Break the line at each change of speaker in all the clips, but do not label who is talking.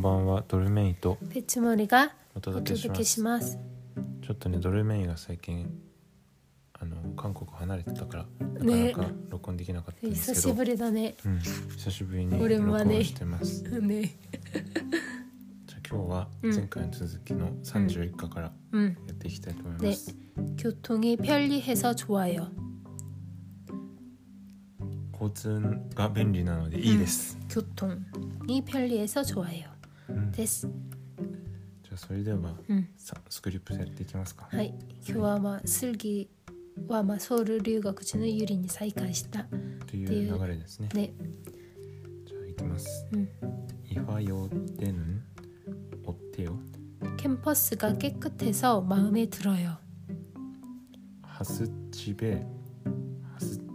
ばんはドルメイと
ペッチモリが
お
お
届けし
届
ま
け
す
します。
ちょっとねドルメイが最近あの韓国離れてたからな
ね
かなか録音できなかったんです
久
けど、
しぶりだね。
うん、久しぶりに
俺
録
もね
音してます、
ね。
じゃあ今日は前回の続きの31課からや
うん。
っていきたいと思いま
네
す、
교통이편리해서좋아요
交通が便利なのでいいです、
교통이편리해서좋아요
うんじゃ
です。
あそれでは
うん。
さスクリプトやっていきますか
はい。今日はまあスルギはまあソウル留学中のユリに再会した。
という流れですね
ね。
じゃあいきます
うん。
이화여대는어때요
캠퍼스가 깨끗해서 마음에 들어요.
하스 집에 하스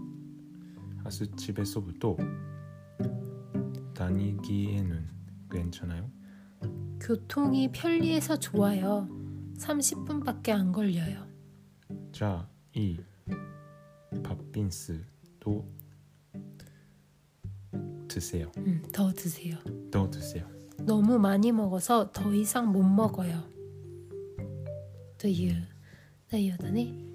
하스 집에서부터 다니기에는 괜찮아요?
교통이 편리해서 좋아요. 30분밖에 안 걸려요.
자, 이 밥빈스도 드세요.
음, 더 드세요.
더 드세요.
너무 많이 먹어서 더 이상 못 먹어요. 두유, 두유다네.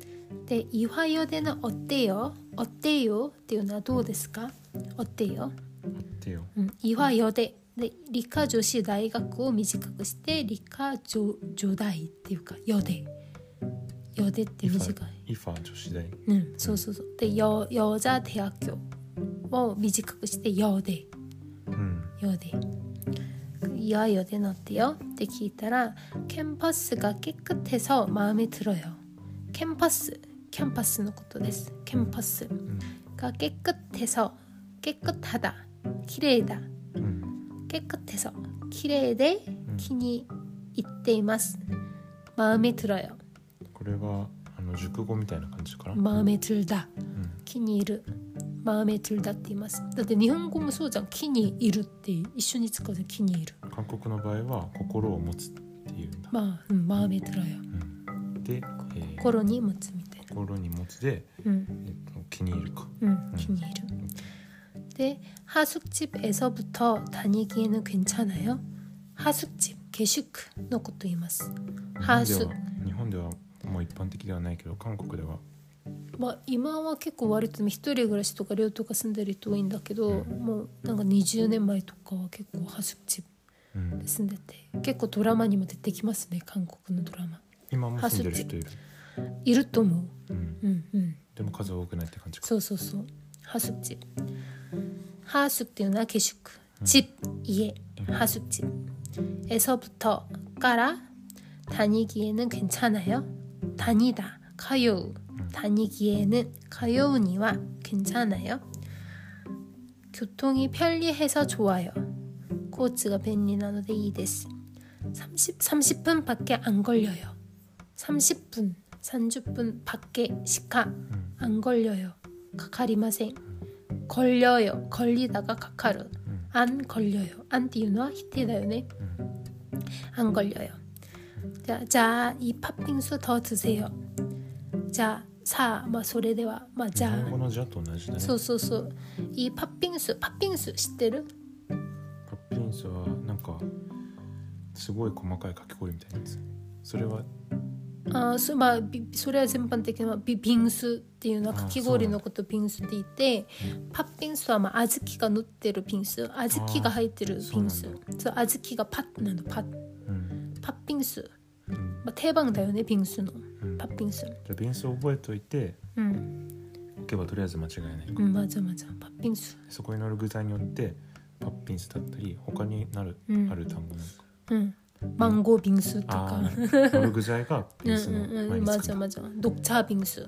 네, 이화여대는 어때요? 어때요? 띄우나 도우데스까? 어때요?
어때요?
음, 이화여대. 네, 리카 조시 나이 갖고 미지카고 시대 리카 조 조다이 띄우까 여대. 여대 때
이파
미지카.
이파 조시대.
응, 소소소. 근데 여 여자 대학교. 어, 미지카고 시대 여대.
음,
よでいやよでなってよって聞いたらキャンパスが깨끗해서マーメ들어요キャンパスキャンパスのことですキャンパス
음,
が깨끗해서 깨끗하다綺麗だ
음,
깨끗해서綺麗で気に入っていますマーメ들어요
これはあの熟語みたいな感じかな。
マーメ들다
うん、
気に入るマーメ들다って言いますだって日本語もそうじゃん気に入るって一緒に使うじゃん気に入る
韓国の場合は心を持つっていうんだ。
まあ、うん、マーメ들어요
うん、で、えー
心に持つみたいな。
心に持つで、
응,
えっと、気に入るか。
응, 기니르. 근데 하숙집에서부터 다니기에는 괜찮아요? 하숙집, 게슈크의 것도 있마스.
日本で
ハ
は日本ではもう一般的ではないけど韓国では
뭐, 이마와 結構割と一人暮らしとか寮とか住んでる人多いんだけど, 뭐, なんか20年前とかは結構 하숙집
うん
住んでて,結構ドラマにも出てきますね, 한국의 드라마.
今も住んでる人いる、
いると思う.
うん、
응, 응.
でも数多くないって感じか
소소소 하숙집 하숙っていうのは 게슈크 집 이에 하숙집에서부터 깔아 다니기에는 괜찮아요 다니다 가요 다니기에는 가요우니와 괜찮아요 교통이 편리해서 좋아요 코츠가 벤리나노데 이데스 30, 30분밖에 안 걸려요 30분 30분 밖에 시카 안 걸려요. 가카리마생. 걸려요. 걸리다가 가카루. 안 걸려요. 안 띄우나 히테다요네. 안 걸려요. 자, 자, 이 팥빙수 더 드세요. 자, 사, 마, 소레데와, 마,
日
자.
本語の字だと同じだね
소소소. 이 팥빙수, 팥빙수, 知ってる?
パッピンスはなんかすごい細かいかき氷みたいなやつそれは
あそまあ、びそれは全般的に、まあ、ビビンスっていうのは
あ
かき氷のことビンスって言ってパッピンスは、まあ、小豆が塗ってるピンス小豆が入ってるピンス
あ
そ
ー
う小豆がパッなのパッ
うん、
パッピンス、
うん
まあ、定番だよねピンスの
うん、じ
パ
ゃ
ッピンス
あ便数を覚えておいて
うん、
おけばとりあえず間違いない
うん、まずまずパッピンス
そこに乗る具材によってパッピンスだったり他になる、
うん
ある単語なんか
うんマンゴービンスと
あ
か
あ乗る具材が
う
ピ
ん
ンスの
うんう
前
ん
に
ま
つく
ず
んだ
まず緑茶ビンス、
う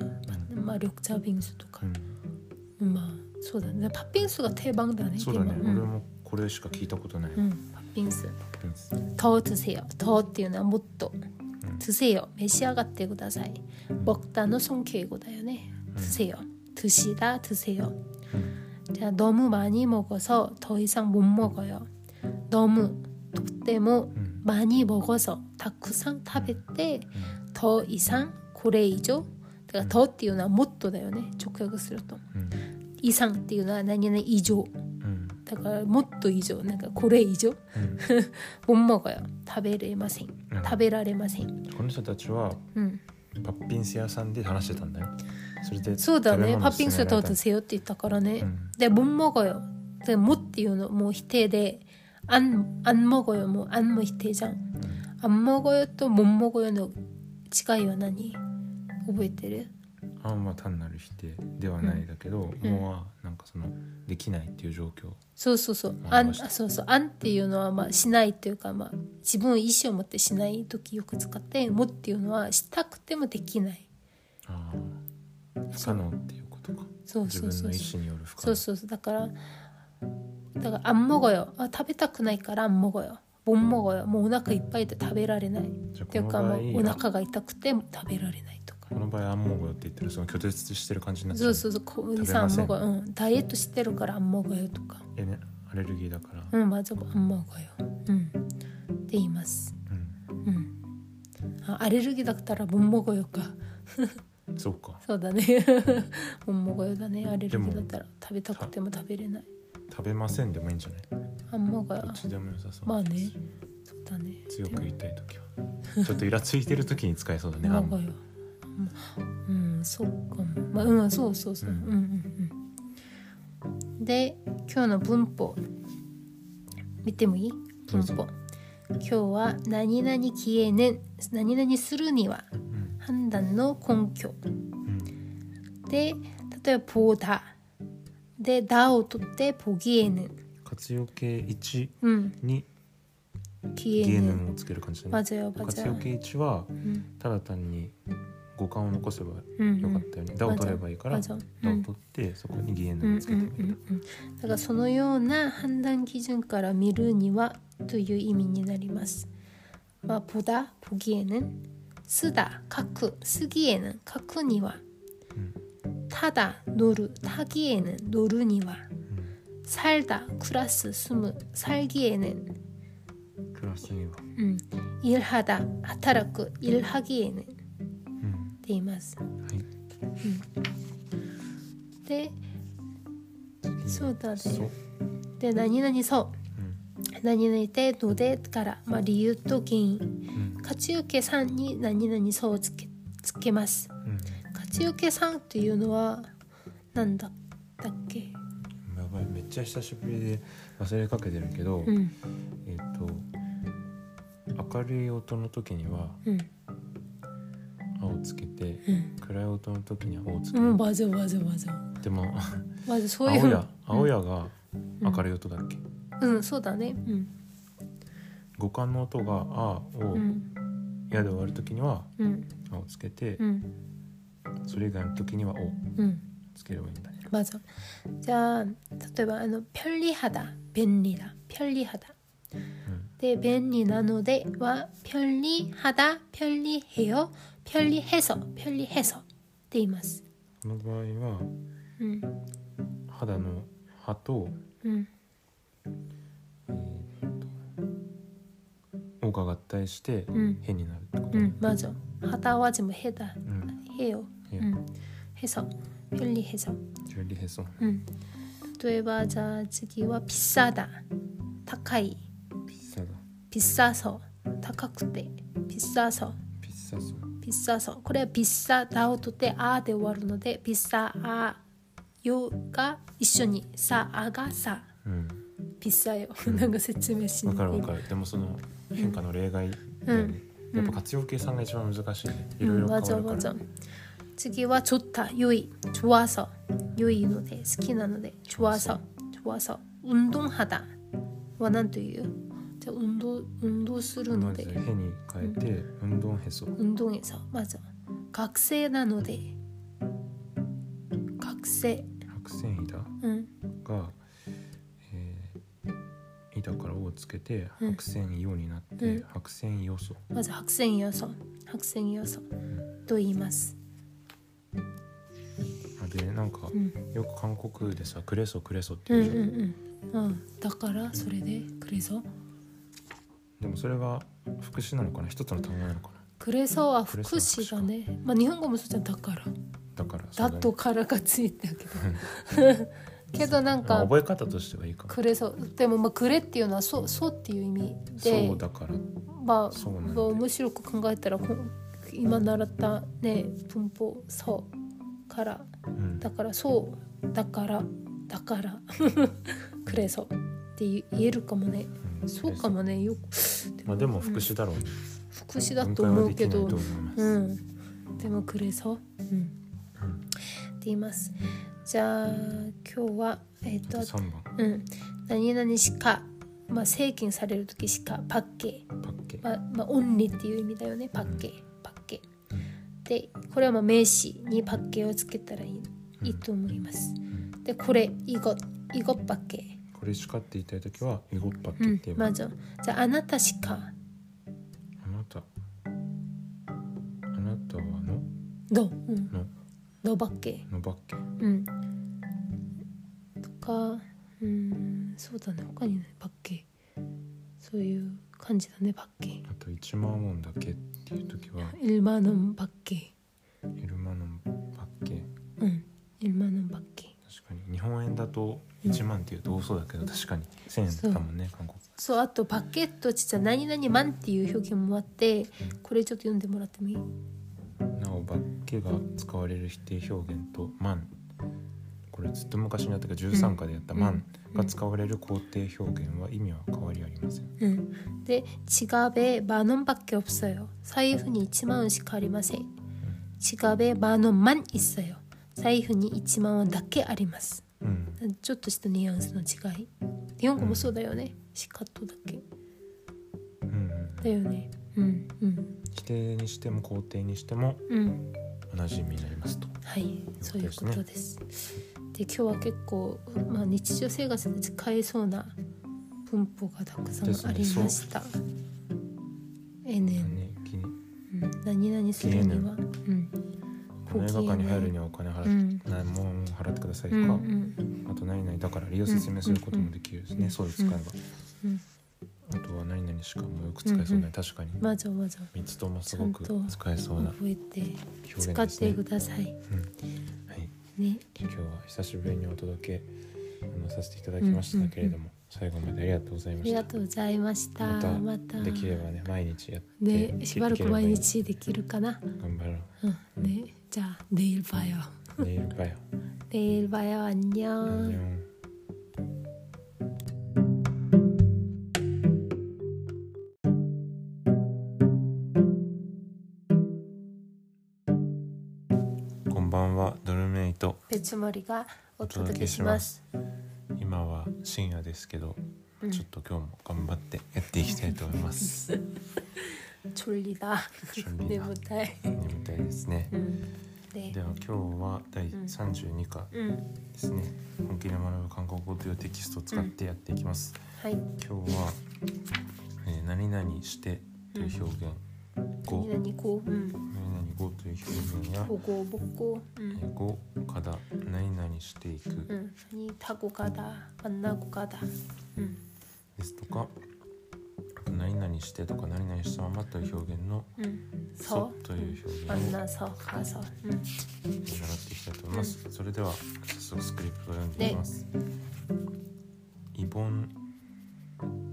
まあ、緑茶ビンスとか
う、ん
まあそうだねパッピンスが定番だね
そうだね、
今う
俺
ん
もこれしか聞いたことない、
うん、パッピンス
パッピンス
더 드세요. 더っていうのはもっと
うん
드세요. 召し上がってください。먹다는 성격이고다요네. 드세요. 드시다 드세요. 자, 너무 많이 먹어서 더 이상 못 먹어요. 너무 또때모
음.
많이 먹어서 다쿠상 타베때 더 이상 고래이죠. 그러니까 더っていうのはもっとだよね。直訳すると。
うん
이상っていうのは何々以上。
うん
だからもっと以上なんかこれ以上
うん
못 먹어요 食べれません食べられません、
この人たちは
うん、
パッピンス屋さんで話してたんだよそれで
そうだねパッピンス
と
と드세요って言ったからね、
음.
근데 못 먹어요. 근데 못 이유는 뭐 희태대 안안 먹어요. 뭐 안 뭐 희태장 안 먹어요 또 못 먹어요. 너 지가 연하니 오보이테르
あんま単なる否定ではないだけど、
うん
もうはなんかそのできないっていう状況
소소소
아,
안
맛있다.
소소 안 이유는 아마 시나이 というかまあ 지분 이슈 못해 시나이 도끼 よく使って 못 이유는 したくてもできない
あー不可能っていうことか自分の
소소소
意思による不可能
소소소 だからだから안 먹어요. 아, 食べたくないから안 먹어요. 못 먹어요. 뭐 오나카 이빠이 때 食べられない.
じゃあ
っていう
こ
か
の場
も
合
うお腹が痛くて食べられないとか
この場合アンモゴよって言ったらその拒絶してる感じになっちゃ
そううそうそう小麦
食べ
さん
ま
あん
せん
まごよ、うん、ダイエットしてるからあんまごよとか
えねアレルギーだから、
うんまずあんまごようんって言います
う
うんあアレルギーだったらボンモゴよか
ん、そうか
そうだね ボンモゴよだねアレルギーだったら食べたくても食べれない
食べませんでもいいんじゃない
あんまごよ
どっちでも良さそう
まあねそうだね
強く言いたい時はちょっとイラついてる時に使えそうだね
ま
あ
あ
ん
ご
ま
ようん、うんそっかもまあうんそうそうそう、う、
うんん
うんうんで今日の文法見てもいい
ど
文
うぞ
法今日は何々消えねん何々するには
うん
判断の根拠
うん
で例えば「보다」で「だ」を取って「보기에는
活用形1」
うん
に
「
ゲ
消え
ー
ね
ヌ
ん
ンをつける感じ」だね
맞아요 맞아요
活用形1は
うん
ただ単に五感を残せば
うんうん
よかったよね「だ」を取ればいいから「
맞아
だ」を
うん
取ってそこにゲー
うん
ヌ
う
ン
ん
をつ
う
け
ん
てみる
うんだからそのような判断基準から見るにはという意味になります。まあ、보다보기에는すだ書くすぎ에는書くには
うん
ただ乗るたぎ에는乗るには
う
살다暮らす住む살기에는
んクラスには
うん일하다働く일하기에는って
うん
言います。
はい
でそうだね
そう
で何々そう
うん
何々でどでから、まあ、理由と原因
うん
勝受けさんに何々そうをつけつけます
うん
勝受けさんというのはなんだだっけ
やばいめっちゃ久しぶりで忘れかけてるけど
うん
えっと明るい音の時には
うん
「あ」をつけて
うん
暗い音の時には「お」をつけ
う
る
ん맞아맞아맞아
で も
맞아そうい
青
う
や青やが明るい音だっけ
うんそうだねうん
五感の音が「あ」を
うん
「や」で終わる時には
うん
「あ」をつけて
うん
それ以外の時には「お」を
うん
つければいいんだね
맞아じゃあ例えばあの편리하다便利だ편리하다
うん
で便利なのでは편리하다편리해요편리해서편리해서 네, って言います
この場合は
うん
肌の「歯と
うん
えーっと「お」が合体して
うん
「へ」になるってこと
う
ね
ん맞아하다와지뭐해다
うん
해요
예.
음, 해서 편리해서
ジュリヘソ
음. 또해봐자 지기와 비싸다 타카이
ピッサだ
비싸서 타카쿠테 비싸서
ピッサソ
비싸서 그래 비싸다오 또때 아대 와르노데 비싸아요가 이쇼니 싸아가 싸
うん、
비싸요 뭔가 세침해신
わかるわかるでもその変化の例外だよね、
うん
やっぱ活用計算が一番難しいねいろい
음,
ろ変わるか
맞아
ら
맞아 지기와 좋다 요이 좋아서 요이 노래 스키나노데 좋아서 좋아서 운동하다 원한두유 자 운동 운동
まず
するので
へに変えて、運動へそ
운동해서 맞아 각세나노데 각세
白線板
응,
が、えー、板から「お」をつけて
うん
白線「よ」になって、
うん
白線「よそ
맞아 학생이어서 학생이어서 또 이마스 」
でなんか、
응,
よく韓国でさ「クレソクレソ」って
응,
言うじゃん、
응, 응. 어, 다카라 소레데 그래서
でもそれは副詞なのかな一つの単語なのかな
그래서 아
그래서
후쿠시가네 막 일본어면 쓰잖아 다카라
だからそうだね
だとからがついたけどけどなん
まあ
か
覚え方としてはいいかも。
그래서でもまあ「くれ」っていうのは「そう」そうっていう意味で
そうだから。
まあ
そうなんだよ
まあ面白く考えたらこ今習ったね文法「そう」から
うん
だから「そう」だからだ から「くれそ」って言えるかもね
ん
そうかもねよく
まあでも復習だろう。
福祉だ
分
と
解
思
は
う
できな
け
いと思
ど
います。
う
うん
ん、でも그래서うんって言いますじゃあ今日はえっ、
あと
と
三番
うん何々しかまあ請求される時しかパッケ
パッケ。
まあ、まあ、オンリーっていう意味だよねパッケパッケでこれはまあ名詞にパッケをつけたらいいいいと思います
ん
でこれいごいごパッケ
これしかって言いたいときは이것밖
う
에っ
ん
て言えば。
まずじゃああなたしか
あなた。あなたはの
どうん
の
どばっけ
のばっけ。
うん。とか、うん、そうだね、他にね、バッケ。そういう感じだね、バッケ。
あと一万ウォンだけっていうときは
일만원バッケ。
イルマのばっけ。
うん、일만원バッケ。
確かに日本円だと1万っていうと多そうだけど確かに1000円だったもんね韓国
そう、あとバッケと実は何々万っていう表現もあって、これちょっと読んでもらってもいい？
なお「ばっけ」が使われる否定表現と「万」これずっと昔にやったけど13課でやった「万」が使われる肯定表現は意味は変わりありません
うんで지갑에만 원밖에 없어요. 사이훈이 1만 원씩 가리마세. 지갑에 만 원만 있어요. 사이훈이 1만 원だけあります。
うん
ちょっとしたニュアンスの違い日本語もそうだよねしかとだけ
うんうん
だよねうんうん
否定にしても肯定にしても
うん
同じ意味になりますと
はいそういうことですで今日は結構、まあ、日常生活で使えそうな文法がたくさんありました、えね、
ね気に
うん、何々するにはうん
この映画館に入るにはお金
う
払っ
ん
なもう払ってくださいと
うんう
か
ん
あと何々だから理由を説明することもできるしねそういう使えば
うん
あとは何々しかもよく使えそう
うんう
なん確かに
まずまず
三つともすごく
ちゃんと
使えそうな
覚えて
表
使っ
現です
て
ね
く。ださ
う
い
んはい、
ね
今日は久しぶりにお届けあのさせていただきましたけれども、最後までありがとうござい
あ
ま
り
し
が
た。
とうございました
また
また
できればね毎日やって
ねしばらく毎
でき
日できるかな。
ればいい頑張ろ
うんねじゃあ내일봐요
う。ネイルバイ
내일봐요 네, 안녕
オ。안녕こんばんはドルメイト
배추머리가어떻게시마스
今は深夜ですけど、
うん
ちょっと今日も頑張ってやっていきたいと思います
졸리다
졸리다.
네무탈
眠たいですね
네
では今日は第32課
음
ですね、本気で学ぶ韓国語というテキストを使ってやっていきます、
하이
今日は、えー何々してという表現、語
니나니고음
何々語という表現や
보고먹고
えー
음
語から何々していく
음니타고가다만나고가다음
ですとか、あと何々してとか何々したままという表現の
음
そ
서
という表現を
만나서가서
習
음
っていきたいと思います。それでは早速スクリプトを読んでいます。イボン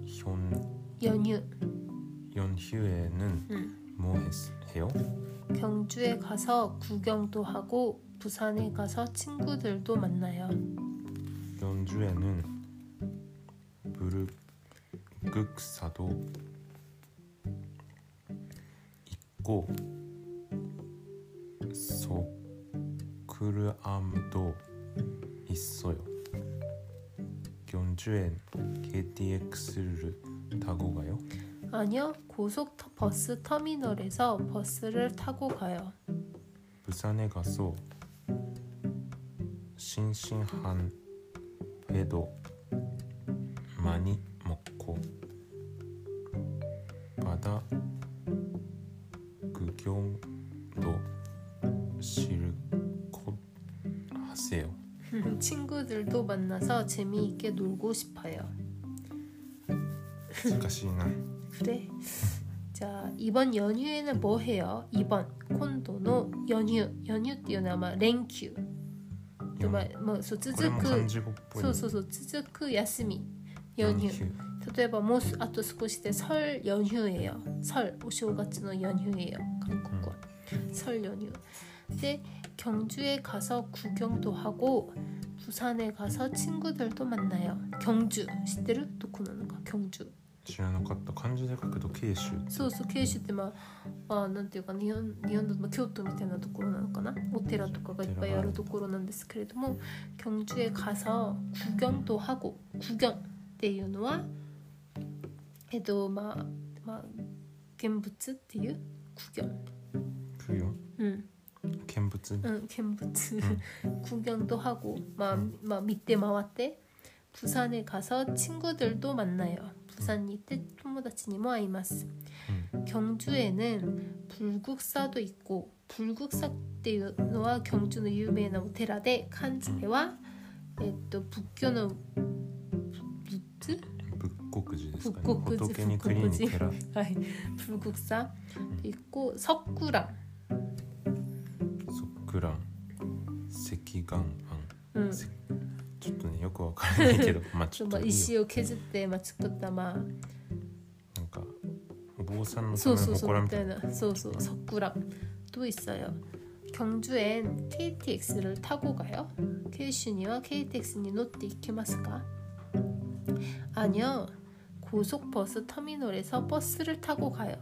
ヒョン
연휴
ヨンヒュエヌ
음
モヘスヘヨ
경주에가서구경도하고부산에가서친구들도만나요
ヨンジュエヌブルグクサド一個ソクルアムドいっそよヨンジュエン KTX 를 타고 가요
아니요, 고속 터- 버스 터미널에서 버스를 타고 가요.
부산에 가서 싱싱한 회도 많이 먹고 바다 구경도 실컷 하세요.
친구들도 만나서 재미있게 놀고 싶어요.
難しいな。
그래? 자, 이번 연휴에는 뭐 해요? 이번 콘도노 연휴, 연휴 띄어나마 뭐, 랭큐. とばもうそう続
これも漢
く
字語っぽい
そうそうそう続く休み
연휴
연휴例えばもうすあと少しで설 연휴예요. 설 오쇼가츠노 연휴예요. 한국과 설 연휴. 근데 경주에 가서 구경도 하고 부산에 가서 친구들도 만나요. 경주 시대를 도쿠나는가 경주.
知らなかった漢字で書くと慶州って
そうそう慶州ってまあ、まあ、なんていうか日本日本だとまあ京都みたいなところなのかなお寺とかがいっぱいあるところなんですけれども경주에가서구경도하고구경っていうのはえっとまあまあ見物っていう구경
供養
うん
見物
うん見物 구경도하고まあまあ見て回って부산에가서친구들도만나요부산에行って友達にも会います
うん
경주에는 불국사도 있고 불국사 때와 경주는 유명한 오테라데 칸지와 예, 또 북교는 루트
仏国寺ですかね
仏国寺
仏に栗に
仏
寺
아이, 불국사 있고 석구랑
即蘭石岩庵
응.
せちょっとねよくわからないけ どまあちょっと
뭐
いいよ
이시오 캐즈때 마츠쿠타 마
なんかお坊さんのための
소소소
祠みたいな
그때는 소소 석구랑 또 있어요. 경주엔 KTX를 타고 가요. 케이슈니와 KTX니 노트 이케마스가 아니요. 고속버스 터미널에서 버스를 타고 가요.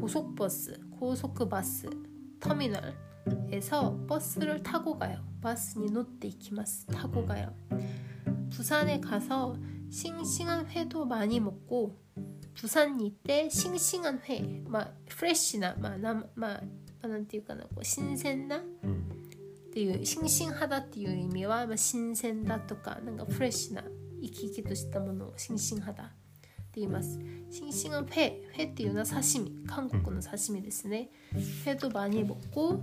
고속버스, 고속버스 터미널에서 버스를 타고 가요. 버스니 노트 이케마스 타고 가요. 부산에 가서 싱싱한 회도 많이 먹고 부산 이때 싱싱한 회, 막 프레시나 막なんていうかな 신선나
うん
っていう싱싱하다 그뭐っていう意味はまあ新鮮だとかなんかフレッシュな生き生きとしたものを新鮮肌って言います。新鮮はペペっていうのは刺身韓国の刺身ですね。ペと많이먹고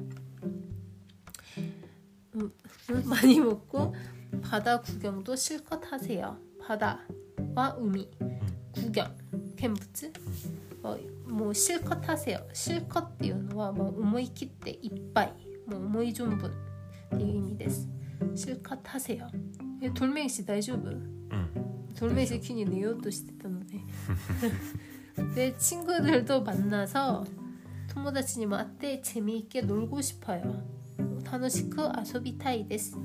うん 많이먹고바다구경도실컷하세요。바다와우미구경캠프츠 어, 뭐 실컷 하세요. 실컷 뭐っていうのはもう思い切っていっぱいもう思い存分っていう意味です。실컷 하세요. 예, 돌멩이씨 大丈
う
夫
ん、
돌멩이새끼니 내요도 시켰던데. 내 친구들도 만나서 토모다치님 한테 재미있게 놀고 싶어요. 타노시크 아소비타이 데스.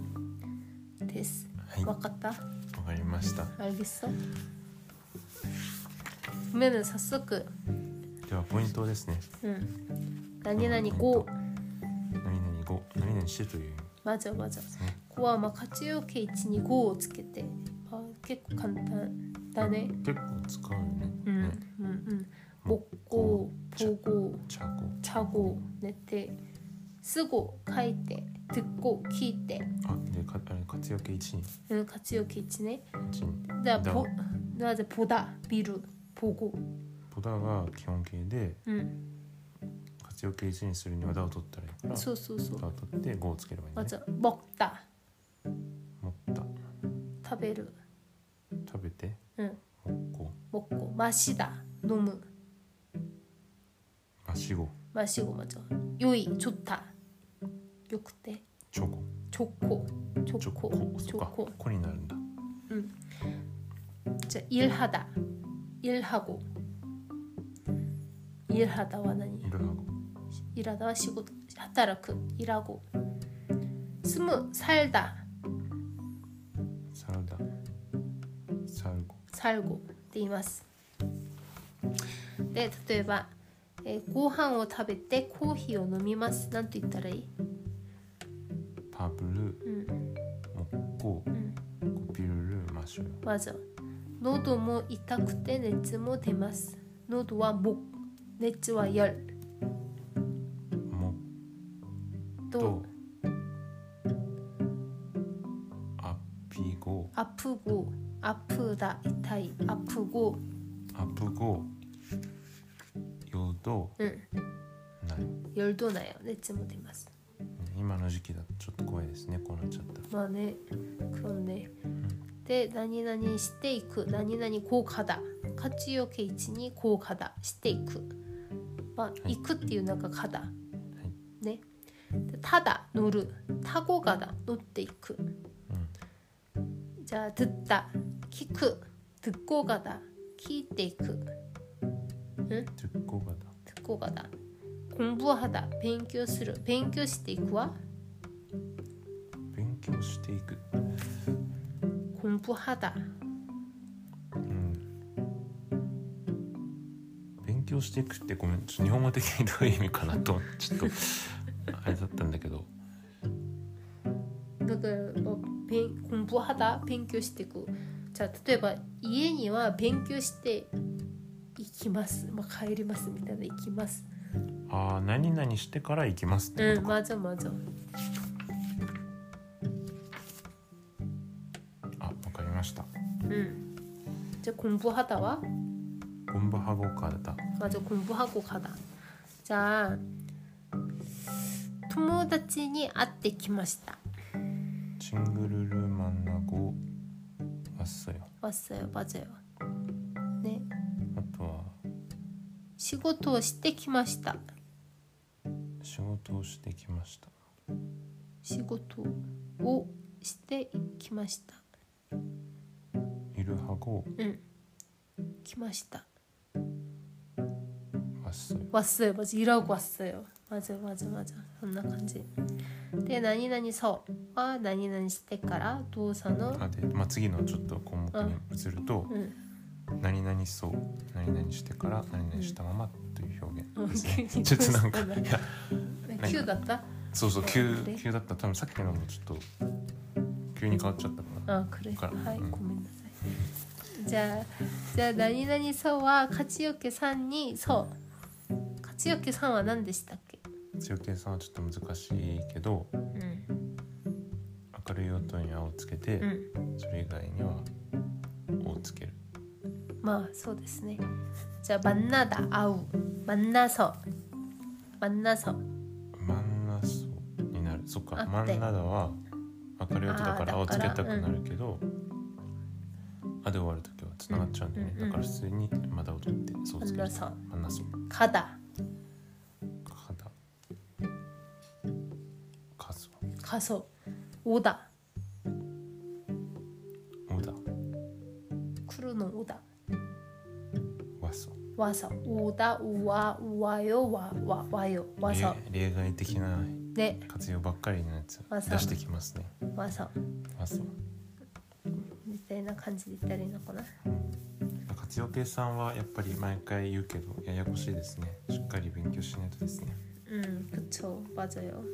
데스.
はいわ
왔다.
かりました
알겠어? 그러면은 早速
ではポイントですね
응. 나니나니고
何々語何々してという
맞아 맞아.
ね
고와 막 같이 이렇게 이치니 고つけて. 아, 꽤고 간단하네.
結構使うよね、
응.
ね
응. 응. 먹고
자-
보고
茶語
자고 낼때 쓰고 書いて 듣고 聞いて.
あでかあれ活躍一に
응, 같이 이렇게 이치네.
一に
나
나-
보, 나 이제 보다 미루 보고.
ボダが基本形で
응.
活躍一にするにはダを取ったらいいから
そうそうそう
ダを取って語をつければいいんだね
맞아. 먹다.
持った
食べる
食べて
응.
먹고
먹고 마시다. 너무
マシゴ
마시고 맞아. 요이 좋다. 요 그때
チョコ
좋고
チョコ
좋고
そっか
좋고.
コになるんだ
자, 일하다. 일하고. 일하다와 나니
いるはご
일하다와 쉬고 하다라크 그 일하고. 스무 살다
サラダサルゴ
살고 って言います. 네, 例えばえーご飯を食べてコーヒーを飲みます。なんと言ったらいい？
パブル
うん、
モッコ
うん。
コピルルマシュ
맞아. 너도뭐 이타쿠테 네츠모 데마스. 뭐 너도와 목, 네츠와 열.
モ
또
とアピゴ
아프고 아프다 이타이 아프고
アプゴヨド
응
ない
열도 나요. 네츠모 데마스.
今の時期だとちょっと怖いですねこうなっちゃった
마네 그렇네. 데 나니나니 시테이크 나니나니 고 가다. 카츠요케 이치니 고 가다. 시테이크. 막 이크 띠우나가 가다. 네. 타다 乗る타고 가다乗っていく
음.
じゃあ듣다聞く듣고 가다聞いていく
듣고 가다.
듣고 가다 공부하다 勉強する勉強していくは
勉強していく.
공부하다
음. 勉強していくってごめん.ちょっと日本語的にどういう意味かなと、ちょっとあれだったんだけど.
だから、まあ、勉 어, 공부하다勉強していくじゃあ例えば家には勉強して行きます、まあ、帰りますみたいな行きます
ああ何々してから行きますってこ
う
と
ん
か、
まずまず
あわかりました
うんじゃあ공부하다は
ゴンバハゴカだ
맞아 공부하고 가다. 자, 友達に 아떼 키마시다.
チングルルマンナゴあっそよ
왔어요, 맞아요. 네,
あとは
시고토 시떼 키마시다.
仕事をしてきました
시고토 오 시떼 키마시다.
いるはご
응, 키마시다.
あっそよ
왔어요, 맞아. 일하고 왔어요. 맞아, 맞아, 맞아. 겁나 간지. 네, 나니나니 서. 아, 나니나니 시떼까라 도사노.
あで、まあ、次のちょっと項目に移ると
응.
何々そう何々してから何々したままという表現ですね
うん
ちょっとなんかい
急に
やか
큐 같다.
そうそう急
そうね
急だった多分さっきのもちょっと急に変わっちゃったかな
아 그래.
그러니까,
하이
음.
고민나사이. 자, 자 나니나니 서와 카츠요케 산이 서. 카츠요케 산은 난데시다케.
強計算はちょっと難しいけど
응.
明るい音に青をつけて、
응.
それ以外には「をつける
마, 소ですね. 자, 만나다 아우. 만나서. 만나서.
真ん中になるそっか
あっ
真
て
ん中は明るい音だから「
あー
をつけた
だ
く
から
なるけど「あ」で終わる時はつながっちゃうんだよね、
うんうんうん
だから普通に「まだ踊って「そうつける
만나서.
真ん中
가다.
かだかず
가서. 오다.
おだ
쿠르노 오다.
わそ
와서. 오다 우와 우와요 와와 와요. 와서.
例例外的な
네.
活用ばっかりのやつ
わそ
出してきますね
와서.
わそ
이때나 간지 이때리 나거나.
活用計算はやっぱり毎回言うけどややこしいですねしっかり勉強しないとですね
음, 그쵸, 맞아요.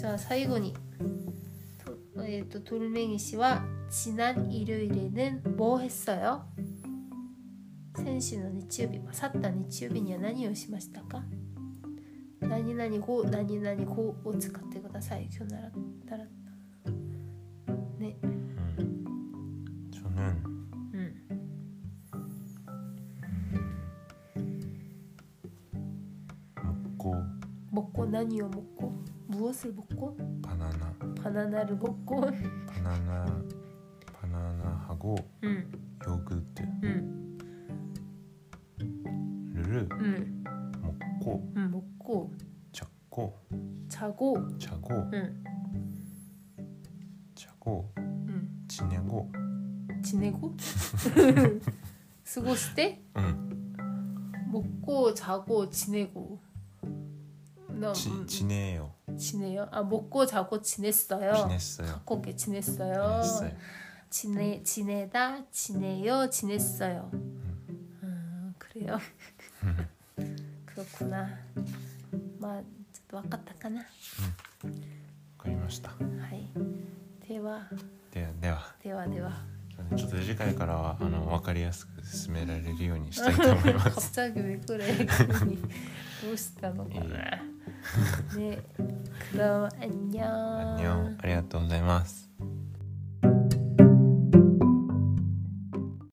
자, 사이고니. 도- 예, 또 돌멩이 씨와 지난 일요일에는 뭐 했어요? 센시는 니치유비, 샀다 니치유비냐 나니 요시마시다까? 나니 나니고 나니 나니고 오츠카테 구다사이 교나라 따라. 네,
음. 저는
음,
먹고
먹고 나니요 먹고 무엇을 먹고
바나나
바나나를 먹고,
바나나 바나나하고
음,
요구르트를
음, 음,
먹고
음 먹고
자고
자고,
자고
음,
자고
음.
지내고
지내고 쓰고스 때
응
먹고 자고 지내고 나
지, 지내요
지내요 아 먹고 자고 지냈어요
지냈어요
갖고 게 지냈어요
지냈어요
지내 지내다 지내요 지냈어요 아 그래요 그렇구나 마 저도 아깝다까나
わかりました
하이 대화
ではでは
대화 대화
ちょっと次回からはあの分かりやすく進められるようにしたいと思い ます
갑자기 왜 그래? 괜히 무엇이다 너가.
예.
네. 그럼 안녕.
안녕 ありがとうございます